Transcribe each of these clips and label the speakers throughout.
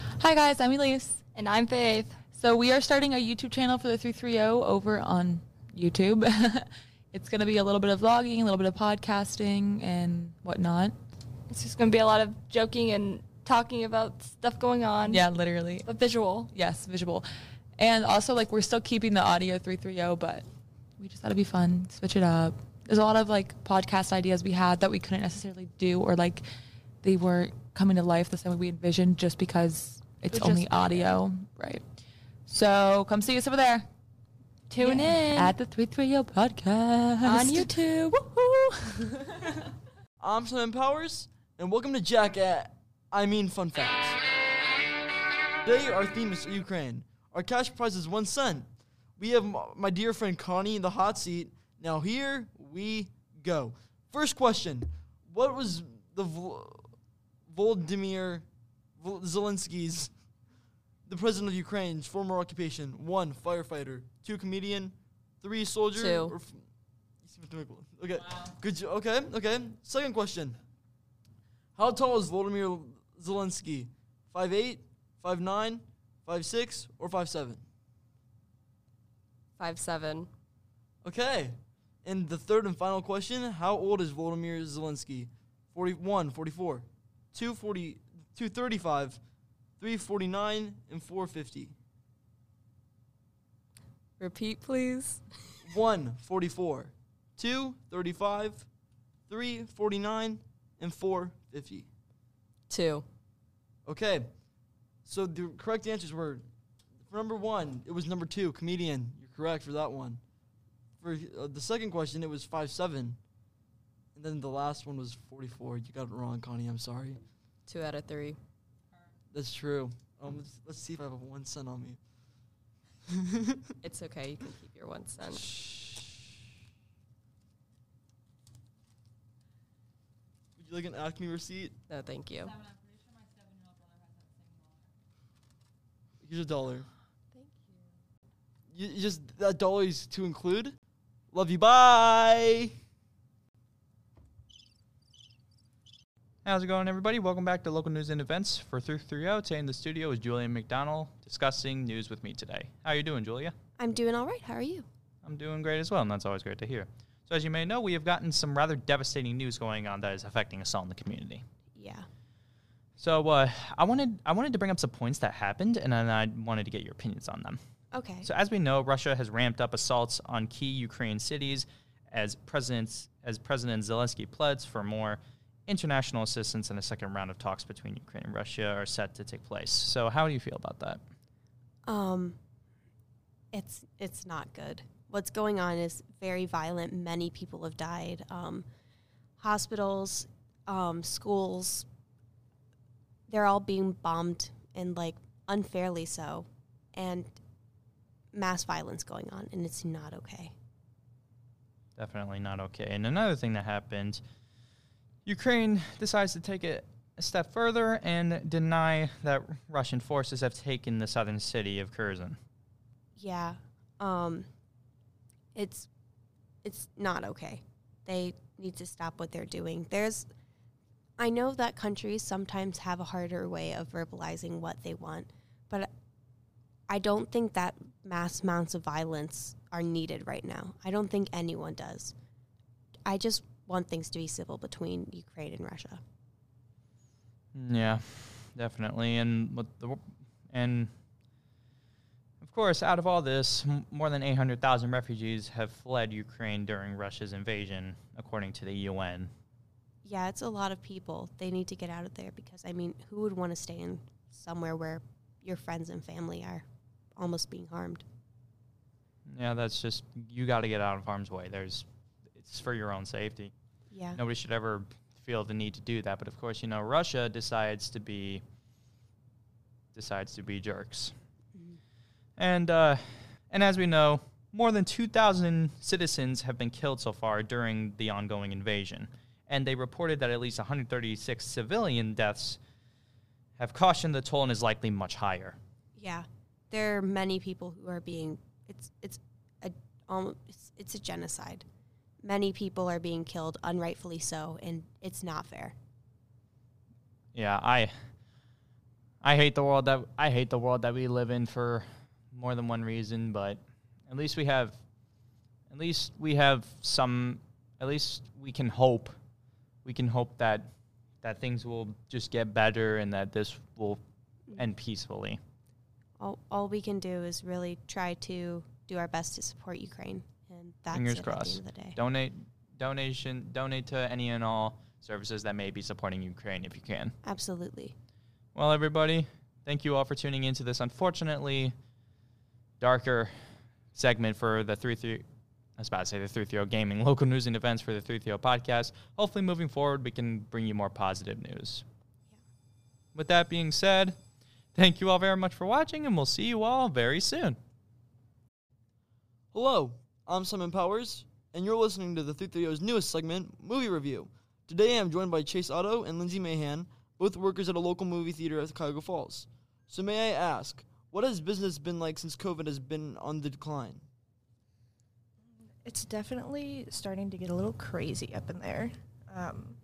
Speaker 1: Hi guys, I'm Elise.
Speaker 2: And I'm Faith.
Speaker 1: So we are starting a YouTube channel for the 330 over on YouTube. it's going to be a little bit of vlogging, a little bit of podcasting and whatnot.
Speaker 2: It's just going to be a lot of joking and talking about stuff going on.
Speaker 1: Yeah, literally.
Speaker 2: But visual.
Speaker 1: Yes, visual. And also like we're still keeping the audio 330, but we just thought it'd be fun, switch it up. There's a lot of like podcast ideas we had that we couldn't necessarily do or like they weren't coming to life the same way we envisioned just because it's
Speaker 2: It was
Speaker 1: only
Speaker 2: just-
Speaker 1: audio. Right. So come see us over there.
Speaker 2: Tune in
Speaker 1: at the 330 podcast
Speaker 2: on YouTube.
Speaker 3: I'm Slim Powers, and welcome to Jack at I Mean Fun Facts. Today, our theme is Ukraine. Our cash prize is one cent. We have m- my dear friend Connie in the hot seat. Now, here we go. First question What was the Vol- Volodymyr Vol- Zelensky's, the president of Ukraine's former occupation? One, firefighter. Two, comedian. Three, soldier.
Speaker 2: Two.
Speaker 3: or f- you seem to make one. Okay. Good. jo- Okay. Okay. Second question. How tall is Volodymyr Zelensky? 5'8", 5'9", 5'6", or 5'7"?
Speaker 4: Five seven.
Speaker 3: Okay. And the third and final question, how old is Volodymyr Zelensky? 41, 44, 240, 235, 349, and 450.
Speaker 4: Repeat, please.
Speaker 3: 1, 44, 2, 35, 3, 49, and 450.
Speaker 4: Two.
Speaker 3: Okay. So the correct answers were for number one, it was number two, comedian. You're correct for that one. For uh, the second question, it was five seven, and then the last one was forty four. You got it wrong, Connie. I'm sorry.
Speaker 4: Two out of three.
Speaker 3: That's true. Um, let's, let's see if I have one cent on me.
Speaker 4: It's okay. You can keep your one cent.
Speaker 3: Would you like an Acme receipt?
Speaker 4: No, thank you.
Speaker 3: Here's a dollar. Thank you. you just that dollar is to include. Love you. Bye.
Speaker 5: How's it going, everybody? Welcome back to Local News and Events for 330. Today in the studio is Julia McDonald discussing news with me today. How are you doing, Julia?
Speaker 6: I'm doing all right. How are you?
Speaker 5: I'm doing great as well, and that's always great to hear. So, as you may know, we have gotten some rather devastating news going on that is affecting us all in the community.
Speaker 6: Yeah.
Speaker 5: So, uh, I wanted I wanted to bring up some points that happened, and then I wanted to get your opinions on them.
Speaker 6: Okay.
Speaker 5: So, as we know, Russia has ramped up assaults on key Ukrainian cities as presidents as President Zelensky pleads for more international assistance, and a second round of talks between Ukraine and Russia are set to take place. So, how do you feel about that?
Speaker 6: um it's it's not good. What's going on is very violent. Many people have died. Um hospitals, um schools they're all being bombed and like unfairly so and mass violence going on and it's not okay.
Speaker 5: Definitely not okay. And another thing that happened, Ukraine decides to take it a step further and deny that Russian forces have taken the southern city of Kherson.
Speaker 6: Yeah. Um it's it's not okay. They need to stop what they're doing. There's I know that countries sometimes have a harder way of verbalizing what they want, but I don't think that mass amounts of violence are needed right now. I don't think anyone does. I just want things to be civil between Ukraine and Russia.
Speaker 5: Mm, Yeah, definitely. And with the and of course, out of all this, m- more than 800,000 refugees have fled Ukraine during Russia's invasion, according to the UN.
Speaker 6: Yeah, it's a lot of people. They need to get out of there because I mean, who would want to stay in somewhere where your friends and family are almost being harmed?
Speaker 5: Yeah, that's just you got to get out of harm's way. There's it's for your own safety.
Speaker 6: Yeah.
Speaker 5: Nobody should ever feel the need to do that, but of course, you know, Russia decides to be decides to be jerks.
Speaker 6: Mhm.
Speaker 5: And uh, and as we know, more than 2,000 citizens have been killed so far during the ongoing invasion, and they reported that at least 136 civilian deaths have cautioned the toll and is likely much higher.
Speaker 6: Yeah. There are many people who are being it's it's a almost it's, it's a genocide. Many people are being killed unrightfully so and it's not fair.
Speaker 5: Yeah, I I hate the world that I hate the world that we live in for more than one reason, but at least we have at least we have some at least we can hope we can hope that that things will just get better and that this will end peacefully.
Speaker 6: All, all we can do is really try to do our best to support Ukraine, and that's
Speaker 5: Fingers
Speaker 6: it
Speaker 5: crossed.
Speaker 6: at the end of the day.
Speaker 5: Donate donation donate to any and all services that may be supporting Ukraine if you can.
Speaker 6: Absolutely.
Speaker 5: Well, everybody, thank you all for tuning into this unfortunately darker segment for the 3 3. I was about to say the 330 gaming, local news and events for the 330 podcast. Hopefully, moving forward, we can bring you more positive news. With that being said, thank you all very much for watching, and we'll see you all very soon.
Speaker 3: Hello, I'm Simon Powers, and you're listening to the 330's newest segment, Movie Review. Today I'm joined by Chase Otto and Lindsay Mahan, both workers at a local movie theater at Cuyahoga Falls. So may I ask, what has business been like since COVID has been on the decline?
Speaker 7: it's definitely starting to get a little crazy up in there. Um,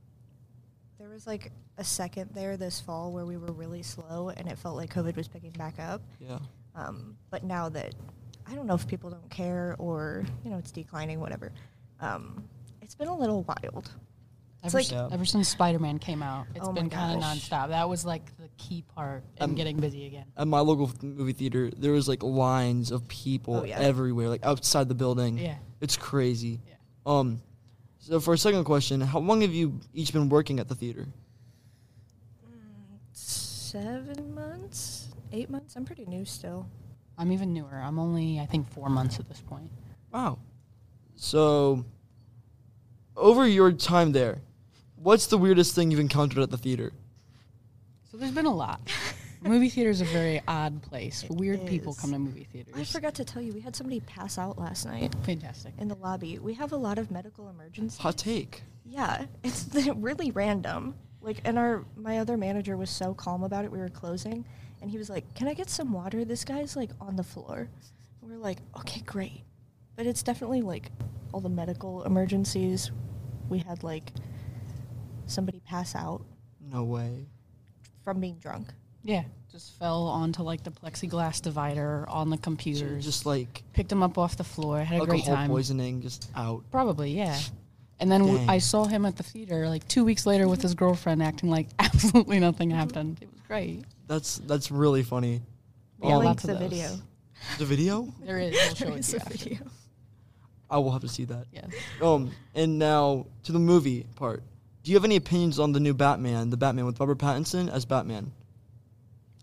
Speaker 7: there was like a second there this fall where we were really slow and it felt like COVID was picking back up.
Speaker 3: Yeah.
Speaker 7: Um, but now that I don't know if people don't care or you know it's declining, whatever. Um, it's been a little wild. It's
Speaker 8: Ever,
Speaker 7: like-
Speaker 8: s- ever since Spider Man came out, it's
Speaker 7: Oh my
Speaker 8: been kind of
Speaker 7: gosh.
Speaker 8: nonstop. That was like the key part in
Speaker 3: Um,
Speaker 8: getting busy again.
Speaker 3: At my local th- movie theater, there was like lines of people
Speaker 7: Oh, yeah.
Speaker 3: everywhere, like outside the building.
Speaker 8: Yeah.
Speaker 3: It's crazy.
Speaker 8: Yeah.
Speaker 3: Um, so for a second question, how long have you each been working at the theater?
Speaker 7: Seven months, eight months. I'm pretty new still.
Speaker 8: I'm even newer. I'm only, I think, four months at this point.
Speaker 3: Wow. So, over your time there, what's the weirdest thing you've encountered at the theater?
Speaker 8: So there's been a lot. movie theater is a very odd place.
Speaker 7: It
Speaker 8: Weird people
Speaker 7: is.
Speaker 8: come to movie theaters.
Speaker 7: I forgot to tell you, we had somebody pass out last night
Speaker 8: Fantastic.
Speaker 7: in the lobby. We have a lot of medical emergencies.
Speaker 3: Hot take.
Speaker 7: Yeah, it's really random. Like, and our my other manager was so calm about it. We were closing, and he was like, "Can I get some water? This guy's like on the floor." And we're like, "Okay, great," but it's definitely like all the medical emergencies. We had like somebody pass out
Speaker 3: No way.
Speaker 7: from being drunk.
Speaker 8: Yeah. Just fell onto like the plexiglass divider on the
Speaker 3: So
Speaker 8: computers.
Speaker 3: just like
Speaker 8: picked him up off the floor. Had a
Speaker 3: alcohol
Speaker 8: great time.
Speaker 3: poisoning, just out.
Speaker 8: Probably, yeah. And then w-
Speaker 3: Dang.
Speaker 8: I saw him at the theater like two weeks later with his girlfriend acting like absolutely nothing happened. It was great.
Speaker 3: That's that's really funny.
Speaker 8: Yeah,
Speaker 3: Um,
Speaker 8: lots
Speaker 7: Link
Speaker 8: of
Speaker 7: the
Speaker 8: those.
Speaker 7: video.
Speaker 3: the video?
Speaker 8: There is. We'll show
Speaker 7: There
Speaker 8: it
Speaker 7: is
Speaker 8: to you
Speaker 7: a
Speaker 8: after.
Speaker 7: video.
Speaker 3: I will have to see that.
Speaker 8: Yes.
Speaker 3: Um, and now to the movie part. Do you have any opinions on the new Batman, the Batman with Robert Pattinson as Batman?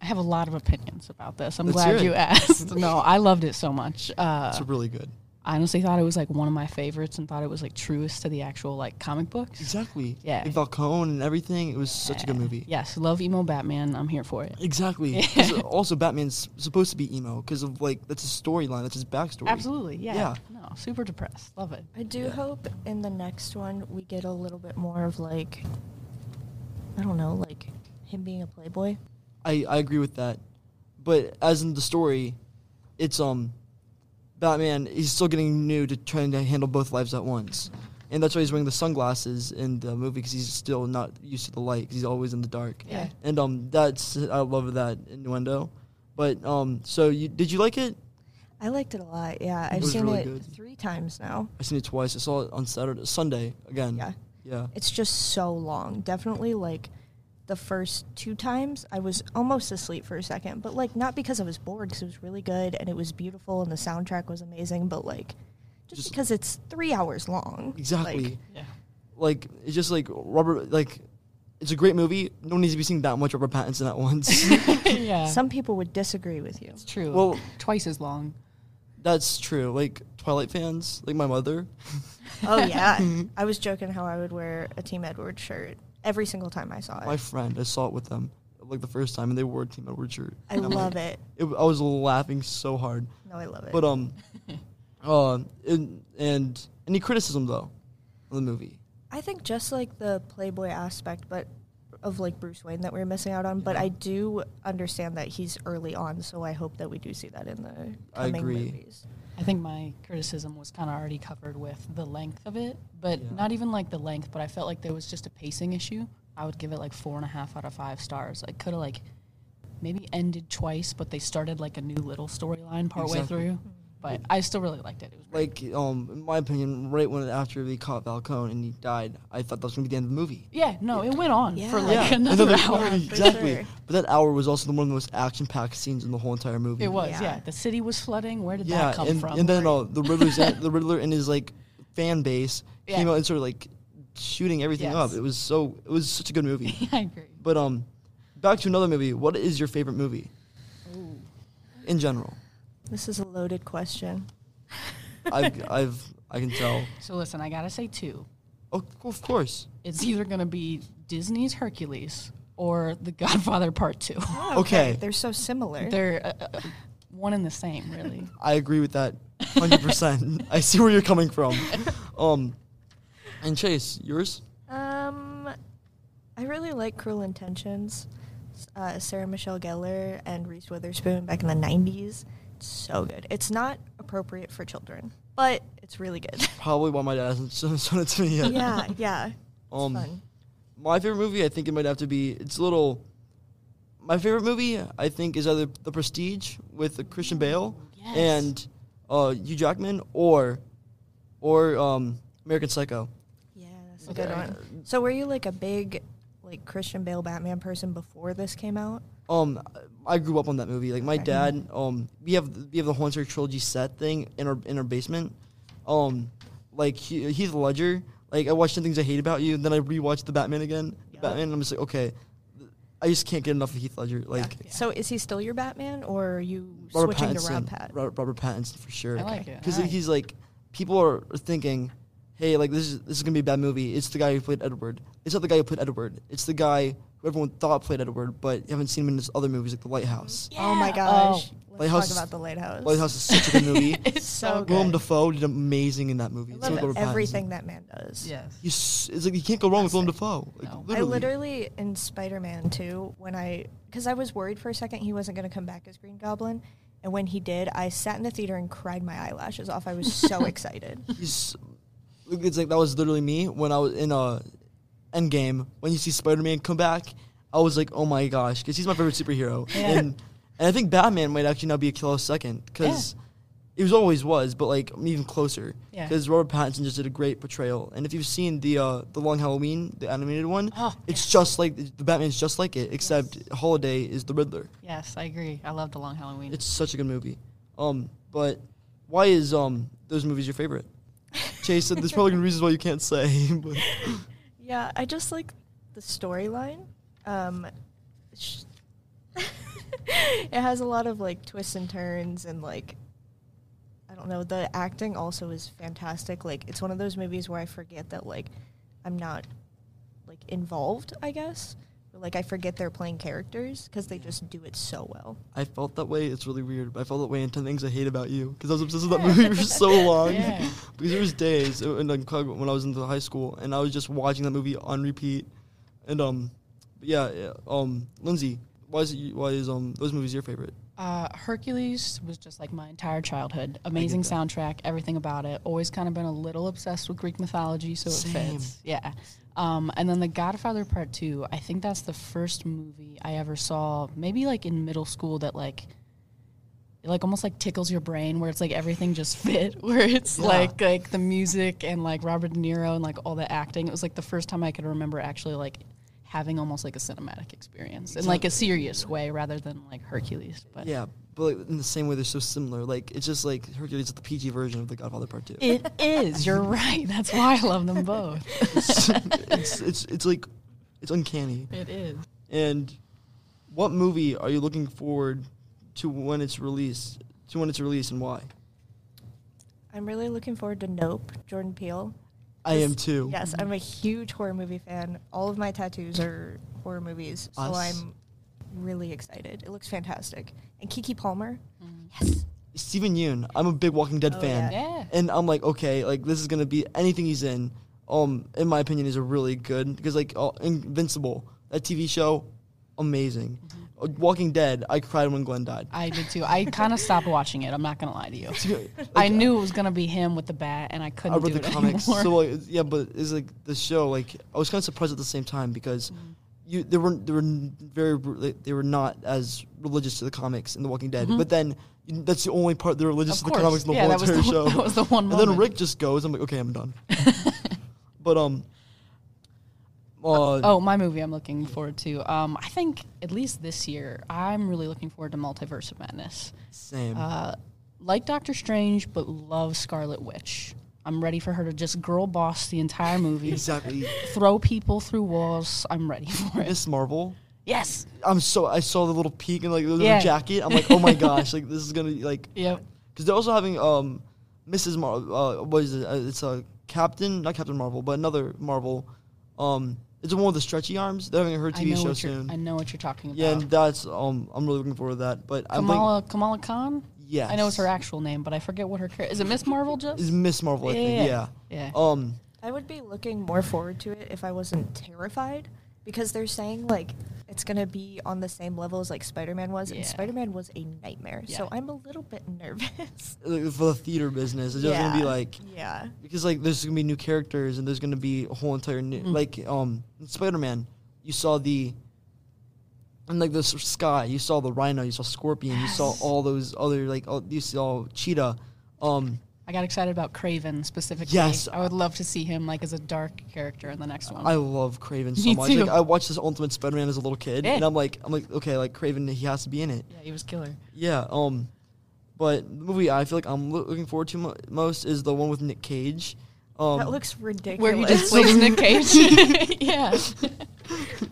Speaker 8: I have a lot of opinions about this. I'm
Speaker 3: Let's hear
Speaker 8: glad
Speaker 3: it.
Speaker 8: you asked. No, I loved it so much. Uh,
Speaker 3: It's really good.
Speaker 8: I honestly thought it was like one of my favorites and thought it was like truest to the actual like comic books.
Speaker 3: Exactly.
Speaker 8: yeah.
Speaker 3: Like Falcone and everything. It was such a good
Speaker 8: Yeah.
Speaker 3: movie.
Speaker 8: Yes, love emo Batman. I'm here for it.
Speaker 3: Exactly. 'Cause also, Batman's supposed to be emo because of like that's his storyline, that's his backstory.
Speaker 8: Absolutely. Yeah.
Speaker 3: Yeah.
Speaker 8: No, super depressed. Love it.
Speaker 7: I do hope in the next one we get a little bit more of like, I don't know, like him being a playboy.
Speaker 3: I I agree with that, but as in the story, it's um, Batman. He's still getting new to trying to handle both lives at once, and that's why he's wearing the sunglasses in the movie because he's still not used to the light. 'cause he's always in the dark.
Speaker 8: Yeah.
Speaker 3: And um, that's I love that innuendo. But um, so you did you like it?
Speaker 7: I liked it a lot. Yeah,
Speaker 3: It
Speaker 7: I've
Speaker 3: was
Speaker 7: seen
Speaker 3: really
Speaker 7: it
Speaker 3: good.
Speaker 7: three times now.
Speaker 3: I seen it twice. I saw it on Saturday, Sunday again.
Speaker 7: Yeah,
Speaker 3: Yeah.
Speaker 7: it's just so long. Definitely like the first two times I was almost asleep for a second, but like not because I was bored, because it was really good and it was beautiful and the soundtrack was amazing, but like just,
Speaker 3: Just-
Speaker 7: because it's three hours long.
Speaker 3: Exactly.
Speaker 7: Like,
Speaker 8: Yeah.
Speaker 3: like it's just like Robert like it's a great movie. No one needs to be seeing that much Robert Pattinson at once.
Speaker 8: yeah.
Speaker 7: some people would disagree with you.
Speaker 8: it's true.
Speaker 3: well,
Speaker 8: twice as long.
Speaker 3: that's true. Like Twilight fans, like my mother.
Speaker 7: Oh yeah, I was joking how I would wear a Team Edward shirt every single time I saw it.
Speaker 3: My friend, I saw it with them like the first time, and they wore a Team Edward shirt.
Speaker 7: I
Speaker 3: And I'm
Speaker 7: love
Speaker 3: like-
Speaker 7: it.
Speaker 3: it. I was laughing so hard.
Speaker 7: No, I love it.
Speaker 3: But um, uh, and, and any criticism though, of the movie?
Speaker 7: I think just like the Playboy aspect, but of like Bruce Wayne that we're missing out on. But I do understand that he's early on, so I hope that we do see that in the
Speaker 3: I
Speaker 7: coming
Speaker 3: agree.
Speaker 7: movies.
Speaker 8: I think my criticism was kind of already covered with the length of it, but
Speaker 3: Yeah.
Speaker 8: not even like the length, but I felt like there was just a pacing issue. I would give it like four and a half out of five stars. I could have like maybe ended twice, but they started like a new little storyline partway
Speaker 3: Exactly.
Speaker 8: through.
Speaker 6: Mm-hmm.
Speaker 8: But I still really liked it. It was great.
Speaker 3: Like, um, in my opinion, right when after they caught Falcone and he died, I thought that was gonna be the end of the movie.
Speaker 8: yeah, no, it went on
Speaker 6: Yeah.
Speaker 8: for like
Speaker 3: Yeah,
Speaker 8: another
Speaker 3: another
Speaker 8: hour.
Speaker 3: party,
Speaker 7: for
Speaker 3: exactly.
Speaker 7: sure.
Speaker 3: But that hour was also the one of the most action-packed scenes in the whole entire movie.
Speaker 8: It was, yeah.
Speaker 6: Yeah.
Speaker 8: The city was flooding. Where did
Speaker 3: yeah,
Speaker 8: that come
Speaker 3: and,
Speaker 8: from?
Speaker 3: and then uh, the Riddler's the Riddler and his like fan base came
Speaker 8: Yeah.
Speaker 3: out and started like shooting everything up.
Speaker 8: Yes.
Speaker 3: It was so it was such a good movie.
Speaker 8: I agree.
Speaker 3: but um, back to another movie. What is your favorite movie in general?
Speaker 7: This is a loaded question.
Speaker 3: I've, I've I can tell.
Speaker 8: So listen, I gotta say two.
Speaker 3: Oh, of course.
Speaker 8: It's either gonna be Disney's Hercules or The Godfather Part Two.
Speaker 3: Okay.
Speaker 7: Oh, They're so similar.
Speaker 8: They're uh, uh, one and the same, really.
Speaker 3: I agree with that 100%. I see where you're coming from. Um, and Chase, yours?
Speaker 7: Um, I really like Cruel Intentions. S- Uh, Sarah Michelle Gellar and Reese Witherspoon back in the '90s. It's so good. It's not appropriate for children, but it's really good.
Speaker 3: Probably why my dad hasn't shown shown it to me yet.
Speaker 7: yeah, yeah.
Speaker 3: Um,
Speaker 7: fun.
Speaker 3: My favorite movie, I think it might have to be, it's a little, my favorite movie, I think, is either The Prestige with uh, Christian
Speaker 7: Mm-hmm.
Speaker 3: Bale
Speaker 8: yes.
Speaker 3: and uh, Hugh Jackman or, or um, American Psycho.
Speaker 7: Yeah, that's a good
Speaker 8: Okay.
Speaker 7: one. So, were you like a big, like Christian Bale Batman person before this came out?
Speaker 3: Um, I grew up on that movie. Like my
Speaker 7: Okay.
Speaker 3: dad, um, we have we have the Haunter trilogy set thing in our in our basement. Um, like he, Heath Ledger. Like I watched the things I hate about you, and then I rewatched the Batman again.
Speaker 7: Yeah.
Speaker 3: Batman, and I'm just like, okay, I just can't get enough of Heath Ledger. Like
Speaker 7: So, is he still your Batman, or are you
Speaker 3: Robert
Speaker 7: switching
Speaker 3: Pattinson,
Speaker 7: to Rob Pat?
Speaker 3: Ro- Robert Pattinson for sure.
Speaker 8: I like it.
Speaker 3: Because
Speaker 8: All right.
Speaker 3: he's like, people are thinking, hey, like this is this is gonna be a bad movie. It's the guy who played Edward. It's not the guy who played Edward. It's the guy who everyone thought played Edward, but you haven't seen him in his other movies like The Lighthouse.
Speaker 7: Oh my
Speaker 8: Yeah.
Speaker 7: gosh! Let's
Speaker 3: Lighthouse is-
Speaker 7: talk about the lighthouse.
Speaker 3: Lighthouse is such a good movie.
Speaker 8: it's so
Speaker 7: so
Speaker 8: good.
Speaker 3: Willem Dafoe did amazing in that movie.
Speaker 7: I
Speaker 3: It's
Speaker 7: love
Speaker 3: like Robert
Speaker 7: everything
Speaker 3: Pattinson.
Speaker 7: that man does.
Speaker 8: Yes.
Speaker 3: He's, it's like you can't go wrong with Willem Dafoe. Like,
Speaker 8: No. I
Speaker 3: literally.
Speaker 7: I literally in Spider Man 2, when I, because I was worried for a second he wasn't going to come back as Green Goblin. And when he did, I sat in the theater and cried my eyelashes off. I was so excited.
Speaker 3: He's, like, it's like that was literally me when I was in uh, Endgame. When you see Spider Man come back, I was like, oh my gosh, because he's my favorite superhero.
Speaker 8: Yeah.
Speaker 3: And and I think Batman might actually now be a close second because it was always was, but like even closer
Speaker 8: Yeah.
Speaker 3: because Robert Pattinson just did a great portrayal. And if you've seen the uh, the Long Halloween, the animated one,
Speaker 8: Oh,
Speaker 3: it's just like the Batman's just like it, except Holiday is the Riddler.
Speaker 8: Yes, I agree. I love the Long Halloween.
Speaker 3: It's such a good movie. Um, but why is um those movies your favorite? Chase said there's probably good reasons why you can't say. But
Speaker 7: yeah, I just like the storyline. Um, sh- it has a lot of like twists and turns and like. I don't know. The acting also is fantastic. Like it's one of those movies where I forget that like I'm not like involved, I guess. Or, like I forget they're playing characters cuz they just do it so well.
Speaker 3: I felt that way. It's really weird. But I felt that way in Ten Things I Hate About You because I was obsessed with that movie for so long.
Speaker 8: Yeah.
Speaker 3: Because there was days uh, in, like, when I was in the high school and I was just watching that movie on repeat. And um, yeah, yeah um, Lindsay, why is it, you- why is um those movies your favorite?
Speaker 8: Uh, Hercules was just like my entire childhood. Amazing
Speaker 3: that.
Speaker 8: soundtrack, everything about it. Always kind of been a little obsessed with Greek mythology, so it fits. Yeah. Um, and then The Godfather Part Two. I think that's the first movie I ever saw. Maybe like in middle school that like, it, like almost like tickles your brain, where it's like everything just fit. Where it's like like the music and like Robert De Niro and like all the acting. It was like the first time I could remember actually like having almost like a cinematic experience in like a serious way rather than like Hercules. But
Speaker 3: Yeah, but like, in the same way they're so similar. Like it's just like Hercules is the PG version of The Godfather Part Two.
Speaker 8: It is. You're right. That's why I love them both.
Speaker 3: it's, it's it's it's like it's uncanny.
Speaker 8: It is.
Speaker 3: And what movie are you looking forward to when it's released? To when it's released and why?
Speaker 7: I'm really looking forward to Nope, Jordan Peele.
Speaker 3: I am
Speaker 7: Just-
Speaker 3: too.
Speaker 7: Yes, I'm a huge horror movie fan. All of my tattoos are horror movies, so
Speaker 3: Us.
Speaker 7: I'm really excited. It looks fantastic. And Kiki Palmer,
Speaker 3: Steven Yeun. I'm a big Walking Dead
Speaker 7: Oh,
Speaker 3: fan,
Speaker 8: Yeah.
Speaker 3: and I'm like, okay, like this is gonna be anything he's in. Um, in my opinion, is a really good because like uh, Invincible, that TV show, amazing. Uh, Walking Dead, I cried when Glenn died.
Speaker 8: Mm-hmm. I did too. I kind of stopped watching it. I'm not going to lie to you.
Speaker 3: Like,
Speaker 8: I knew it was going to be him with the bat, and I couldn't
Speaker 3: I read
Speaker 8: do
Speaker 3: the
Speaker 8: it
Speaker 3: comics.
Speaker 8: anymore. Mm-hmm.
Speaker 3: So like, it's- yeah, but it's like the show. Like I was kind of surprised at the same time because you they were they were very re- they were not as religious to the comics in The Walking Dead.
Speaker 8: Mhm.
Speaker 3: But then you- that's the only part they're religious
Speaker 8: Of
Speaker 3: to the
Speaker 8: course.
Speaker 3: comics in the
Speaker 8: Yeah,
Speaker 3: whole
Speaker 8: that was
Speaker 3: entire show.
Speaker 8: the- that was the one
Speaker 3: And then
Speaker 8: moment.
Speaker 3: Rick just goes. I'm like, okay, I'm done. but um, uh,
Speaker 8: Oh, my movie I'm looking forward to. Um, I think at least this year, I'm really looking forward to Multiverse of Madness.
Speaker 3: same.
Speaker 8: Uh, like Doctor Strange, but love Scarlet Witch. I'm ready for her to just girl boss the entire movie,
Speaker 3: exactly.
Speaker 8: throw people through walls. I'm ready for it.
Speaker 3: Miss Marvel.
Speaker 8: Yes.
Speaker 3: I'm so I saw the little peak and like the little
Speaker 8: Yeah.
Speaker 3: jacket. I'm like, oh my gosh, like this is gonna be like
Speaker 8: Yep.
Speaker 3: because they're also having um Mrs. Mar uh, what is it? Uh, it's a uh, Captain, not Captain Marvel, but another Marvel. Um, it's the one with the stretchy arms. They're having her
Speaker 8: I
Speaker 3: TV
Speaker 8: know
Speaker 3: show
Speaker 8: what you're. I
Speaker 3: soon.
Speaker 8: know what you're talking about.
Speaker 3: Yeah, and that's um I'm really looking forward to that. But I'm like,
Speaker 8: Kamala Kamala Khan.
Speaker 3: yes,
Speaker 8: I know it's her actual name, but I forget what her char- is. It Miss Marvel just?
Speaker 3: It's Miss Marvel, I think. Yeah.
Speaker 8: Yeah.
Speaker 3: Um,
Speaker 7: I would be looking more forward to it if I wasn't terrified because they're saying like it's gonna be on the same level as like Spider Man was,
Speaker 8: Yeah.
Speaker 7: and Spider Man was a nightmare.
Speaker 8: Yeah.
Speaker 7: So I'm a little bit nervous.
Speaker 3: like, for the theater business, it's just gonna be like
Speaker 7: yeah,
Speaker 3: because like there's gonna be new characters and there's gonna be a whole entire new
Speaker 8: Mm.
Speaker 3: like um in Spider-Man you saw the and like the s- sky you saw the rhino you saw scorpion you saw all those other like all, you saw cheetah um
Speaker 8: I got excited about Craven specifically.
Speaker 3: Yes.
Speaker 8: I would love to see him like as a dark character in the next one.
Speaker 3: I love Craven so
Speaker 8: Me
Speaker 3: much
Speaker 8: too.
Speaker 3: like I watched this Ultimate Spider-Man as a little kid
Speaker 8: Yeah.
Speaker 3: and I'm like I'm like okay like Craven he has to be in it
Speaker 8: yeah, he was killer.
Speaker 3: yeah um but the movie I feel like I'm loo- looking forward to mo- most is the one with Nick Cage um
Speaker 7: that looks ridiculous.
Speaker 8: Where he just plays Nick Cage. yeah.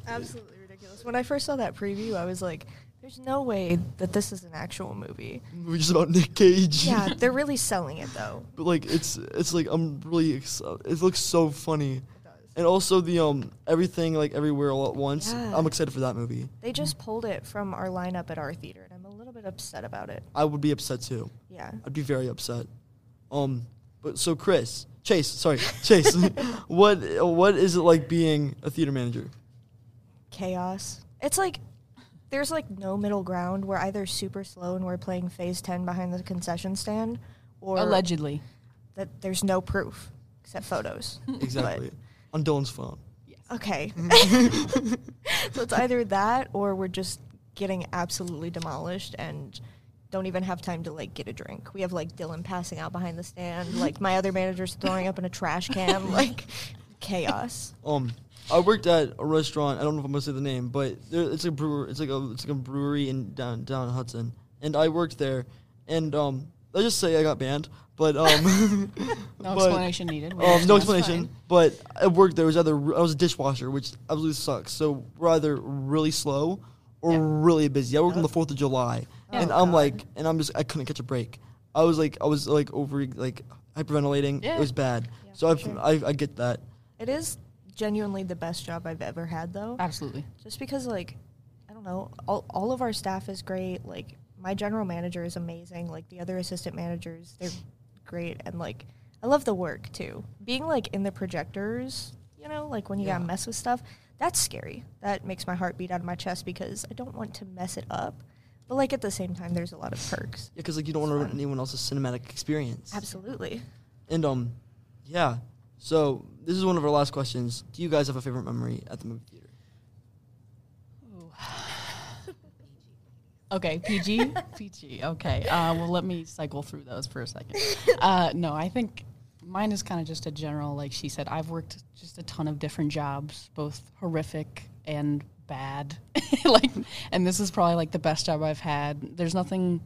Speaker 7: absolutely ridiculous. When I first saw that preview, I was like, "There's no way that this is an actual movie."
Speaker 3: movie just about Nick Cage
Speaker 7: yeah, they're really selling it though.
Speaker 3: But like it's it's like I'm really ex- it looks so funny, and also the um everything like everywhere all at once.
Speaker 7: Yeah.
Speaker 3: I'm excited for that movie.
Speaker 7: They just pulled it from our lineup at our theater, and I'm a little bit upset about it.
Speaker 3: I would be upset too.
Speaker 7: Yeah.
Speaker 3: I'd be very upset. Um, but so Chris Chase, sorry Chase, what what is it like being a theater manager?
Speaker 7: chaos. It's like there's like no middle ground. We're either super slow and we're playing phase ten behind the concession stand, or
Speaker 8: Allegedly.
Speaker 7: that there's no proof except photos.
Speaker 3: Exactly on Dylan's phone.
Speaker 7: But- okay. so it's either that or we're just getting absolutely demolished and don't even have time to like get a drink. We have like Dylan passing out behind the stand, like my other manager's throwing up in a trash can, like chaos.
Speaker 3: Um, I worked at a restaurant. I don't know if I'm gonna say the name, but there, it's a brewer. It's like a it's like a brewery in down down Hudson, and I worked there. And um, I just say I got banned, but um,
Speaker 8: No
Speaker 3: but,
Speaker 8: explanation needed. We
Speaker 3: Um, no
Speaker 8: understand.
Speaker 3: explanation. But I worked there. It was either I was a dishwasher, which absolutely sucks. So we're either really slow or
Speaker 8: Yeah.
Speaker 3: really busy. I worked on the Fourth of July,
Speaker 8: Yeah.
Speaker 3: and
Speaker 8: Oh,
Speaker 3: I'm
Speaker 8: God.
Speaker 3: like, and I'm just I couldn't catch a break. I was like, I was like over like hyperventilating.
Speaker 8: Yeah.
Speaker 3: It was bad.
Speaker 7: Yeah,
Speaker 3: so I,
Speaker 7: for sure.
Speaker 3: I I get that.
Speaker 7: It is genuinely the best job I've ever had though.
Speaker 8: Absolutely.
Speaker 7: just because like i don't know all, all of our staff is great like my general manager is amazing like the other assistant managers they're great and like i love the work too being like in the projectors you know like when you gotta
Speaker 3: Yeah.
Speaker 7: mess with stuff that's scary that makes my heart beat out of my chest because i don't want to mess it up but like at the same time there's a lot of perks
Speaker 3: Yeah, because like you don't want to ruin anyone else's cinematic experience.
Speaker 7: absolutely
Speaker 3: And um, yeah. So this is one of our last questions. Do you guys have a favorite memory at the movie theater?
Speaker 8: Okay, PG, PG. Okay. Uh, well, let me cycle through those for a second. Uh, no, I think mine is kind of just a general. Like she said, I've worked just a ton of different jobs, both horrific and bad. like, and this is probably like the best job I've had. There's nothing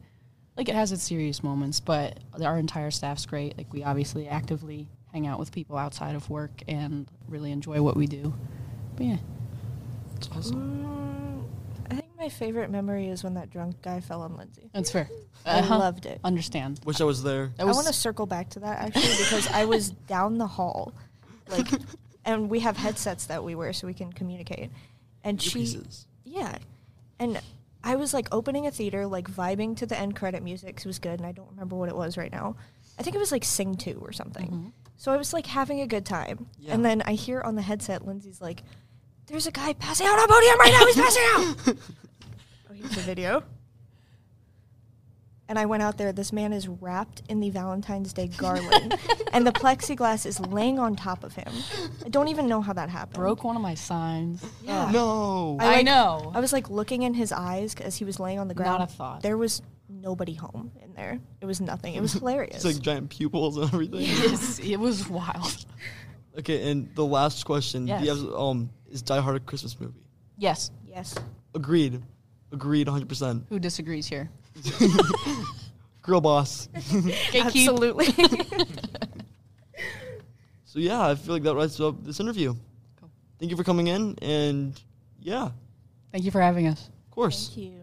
Speaker 8: like it has its serious moments, but our entire staff's great. Like we obviously actively hang out with people outside of work and really enjoy what we do. But yeah,
Speaker 3: It's awesome.
Speaker 7: Mm, i think my favorite memory is when that drunk guy fell on lindsay
Speaker 8: that's fair.
Speaker 7: i
Speaker 8: Uh-huh.
Speaker 7: loved it
Speaker 8: Understand.
Speaker 3: Wish I was there.
Speaker 8: That
Speaker 7: I
Speaker 8: was-
Speaker 7: want to circle back to that actually because I was down the hall, like, and we have headsets that we wear so we can communicate. And she,
Speaker 3: Earpieces.
Speaker 7: yeah, and I was like opening a theater, like vibing to the end credit music. 'cause It was good, and I don't remember what it was right now. I think it was like Sing Two or something.
Speaker 8: Mm-hmm.
Speaker 7: So I was like having a good time,
Speaker 3: Yeah.
Speaker 7: and then I hear on the headset Lindsay's like, "There's a guy passing out on podium right now. He's passing out." oh, here's the video. and I went out there. This man is wrapped in the Valentine's Day garland, and the plexiglass is laying on top of him. I don't even know how that happened.
Speaker 8: Broke one of my signs.
Speaker 7: Yeah.
Speaker 3: No.
Speaker 8: I
Speaker 7: like-
Speaker 8: know.
Speaker 7: I was like looking in his eyes as he was laying on the
Speaker 8: Not
Speaker 7: ground.
Speaker 8: a thought.
Speaker 7: There was nobody home in there. It was nothing. It was hilarious.
Speaker 3: It's like giant pupils and everything.
Speaker 8: it was wild.
Speaker 3: Okay, and the last question. Do you
Speaker 8: Yes.
Speaker 3: have, um, is Die Hard a Christmas movie?
Speaker 8: Yes.
Speaker 7: yes.
Speaker 3: Agreed. Agreed 100%.
Speaker 8: Who disagrees here?
Speaker 3: Girl boss.
Speaker 7: Absolutely.
Speaker 3: So, yeah, I feel like that wraps up this interview. Thank you for coming in, and yeah, of
Speaker 8: Thank you for having us.
Speaker 3: course.
Speaker 7: Thank you.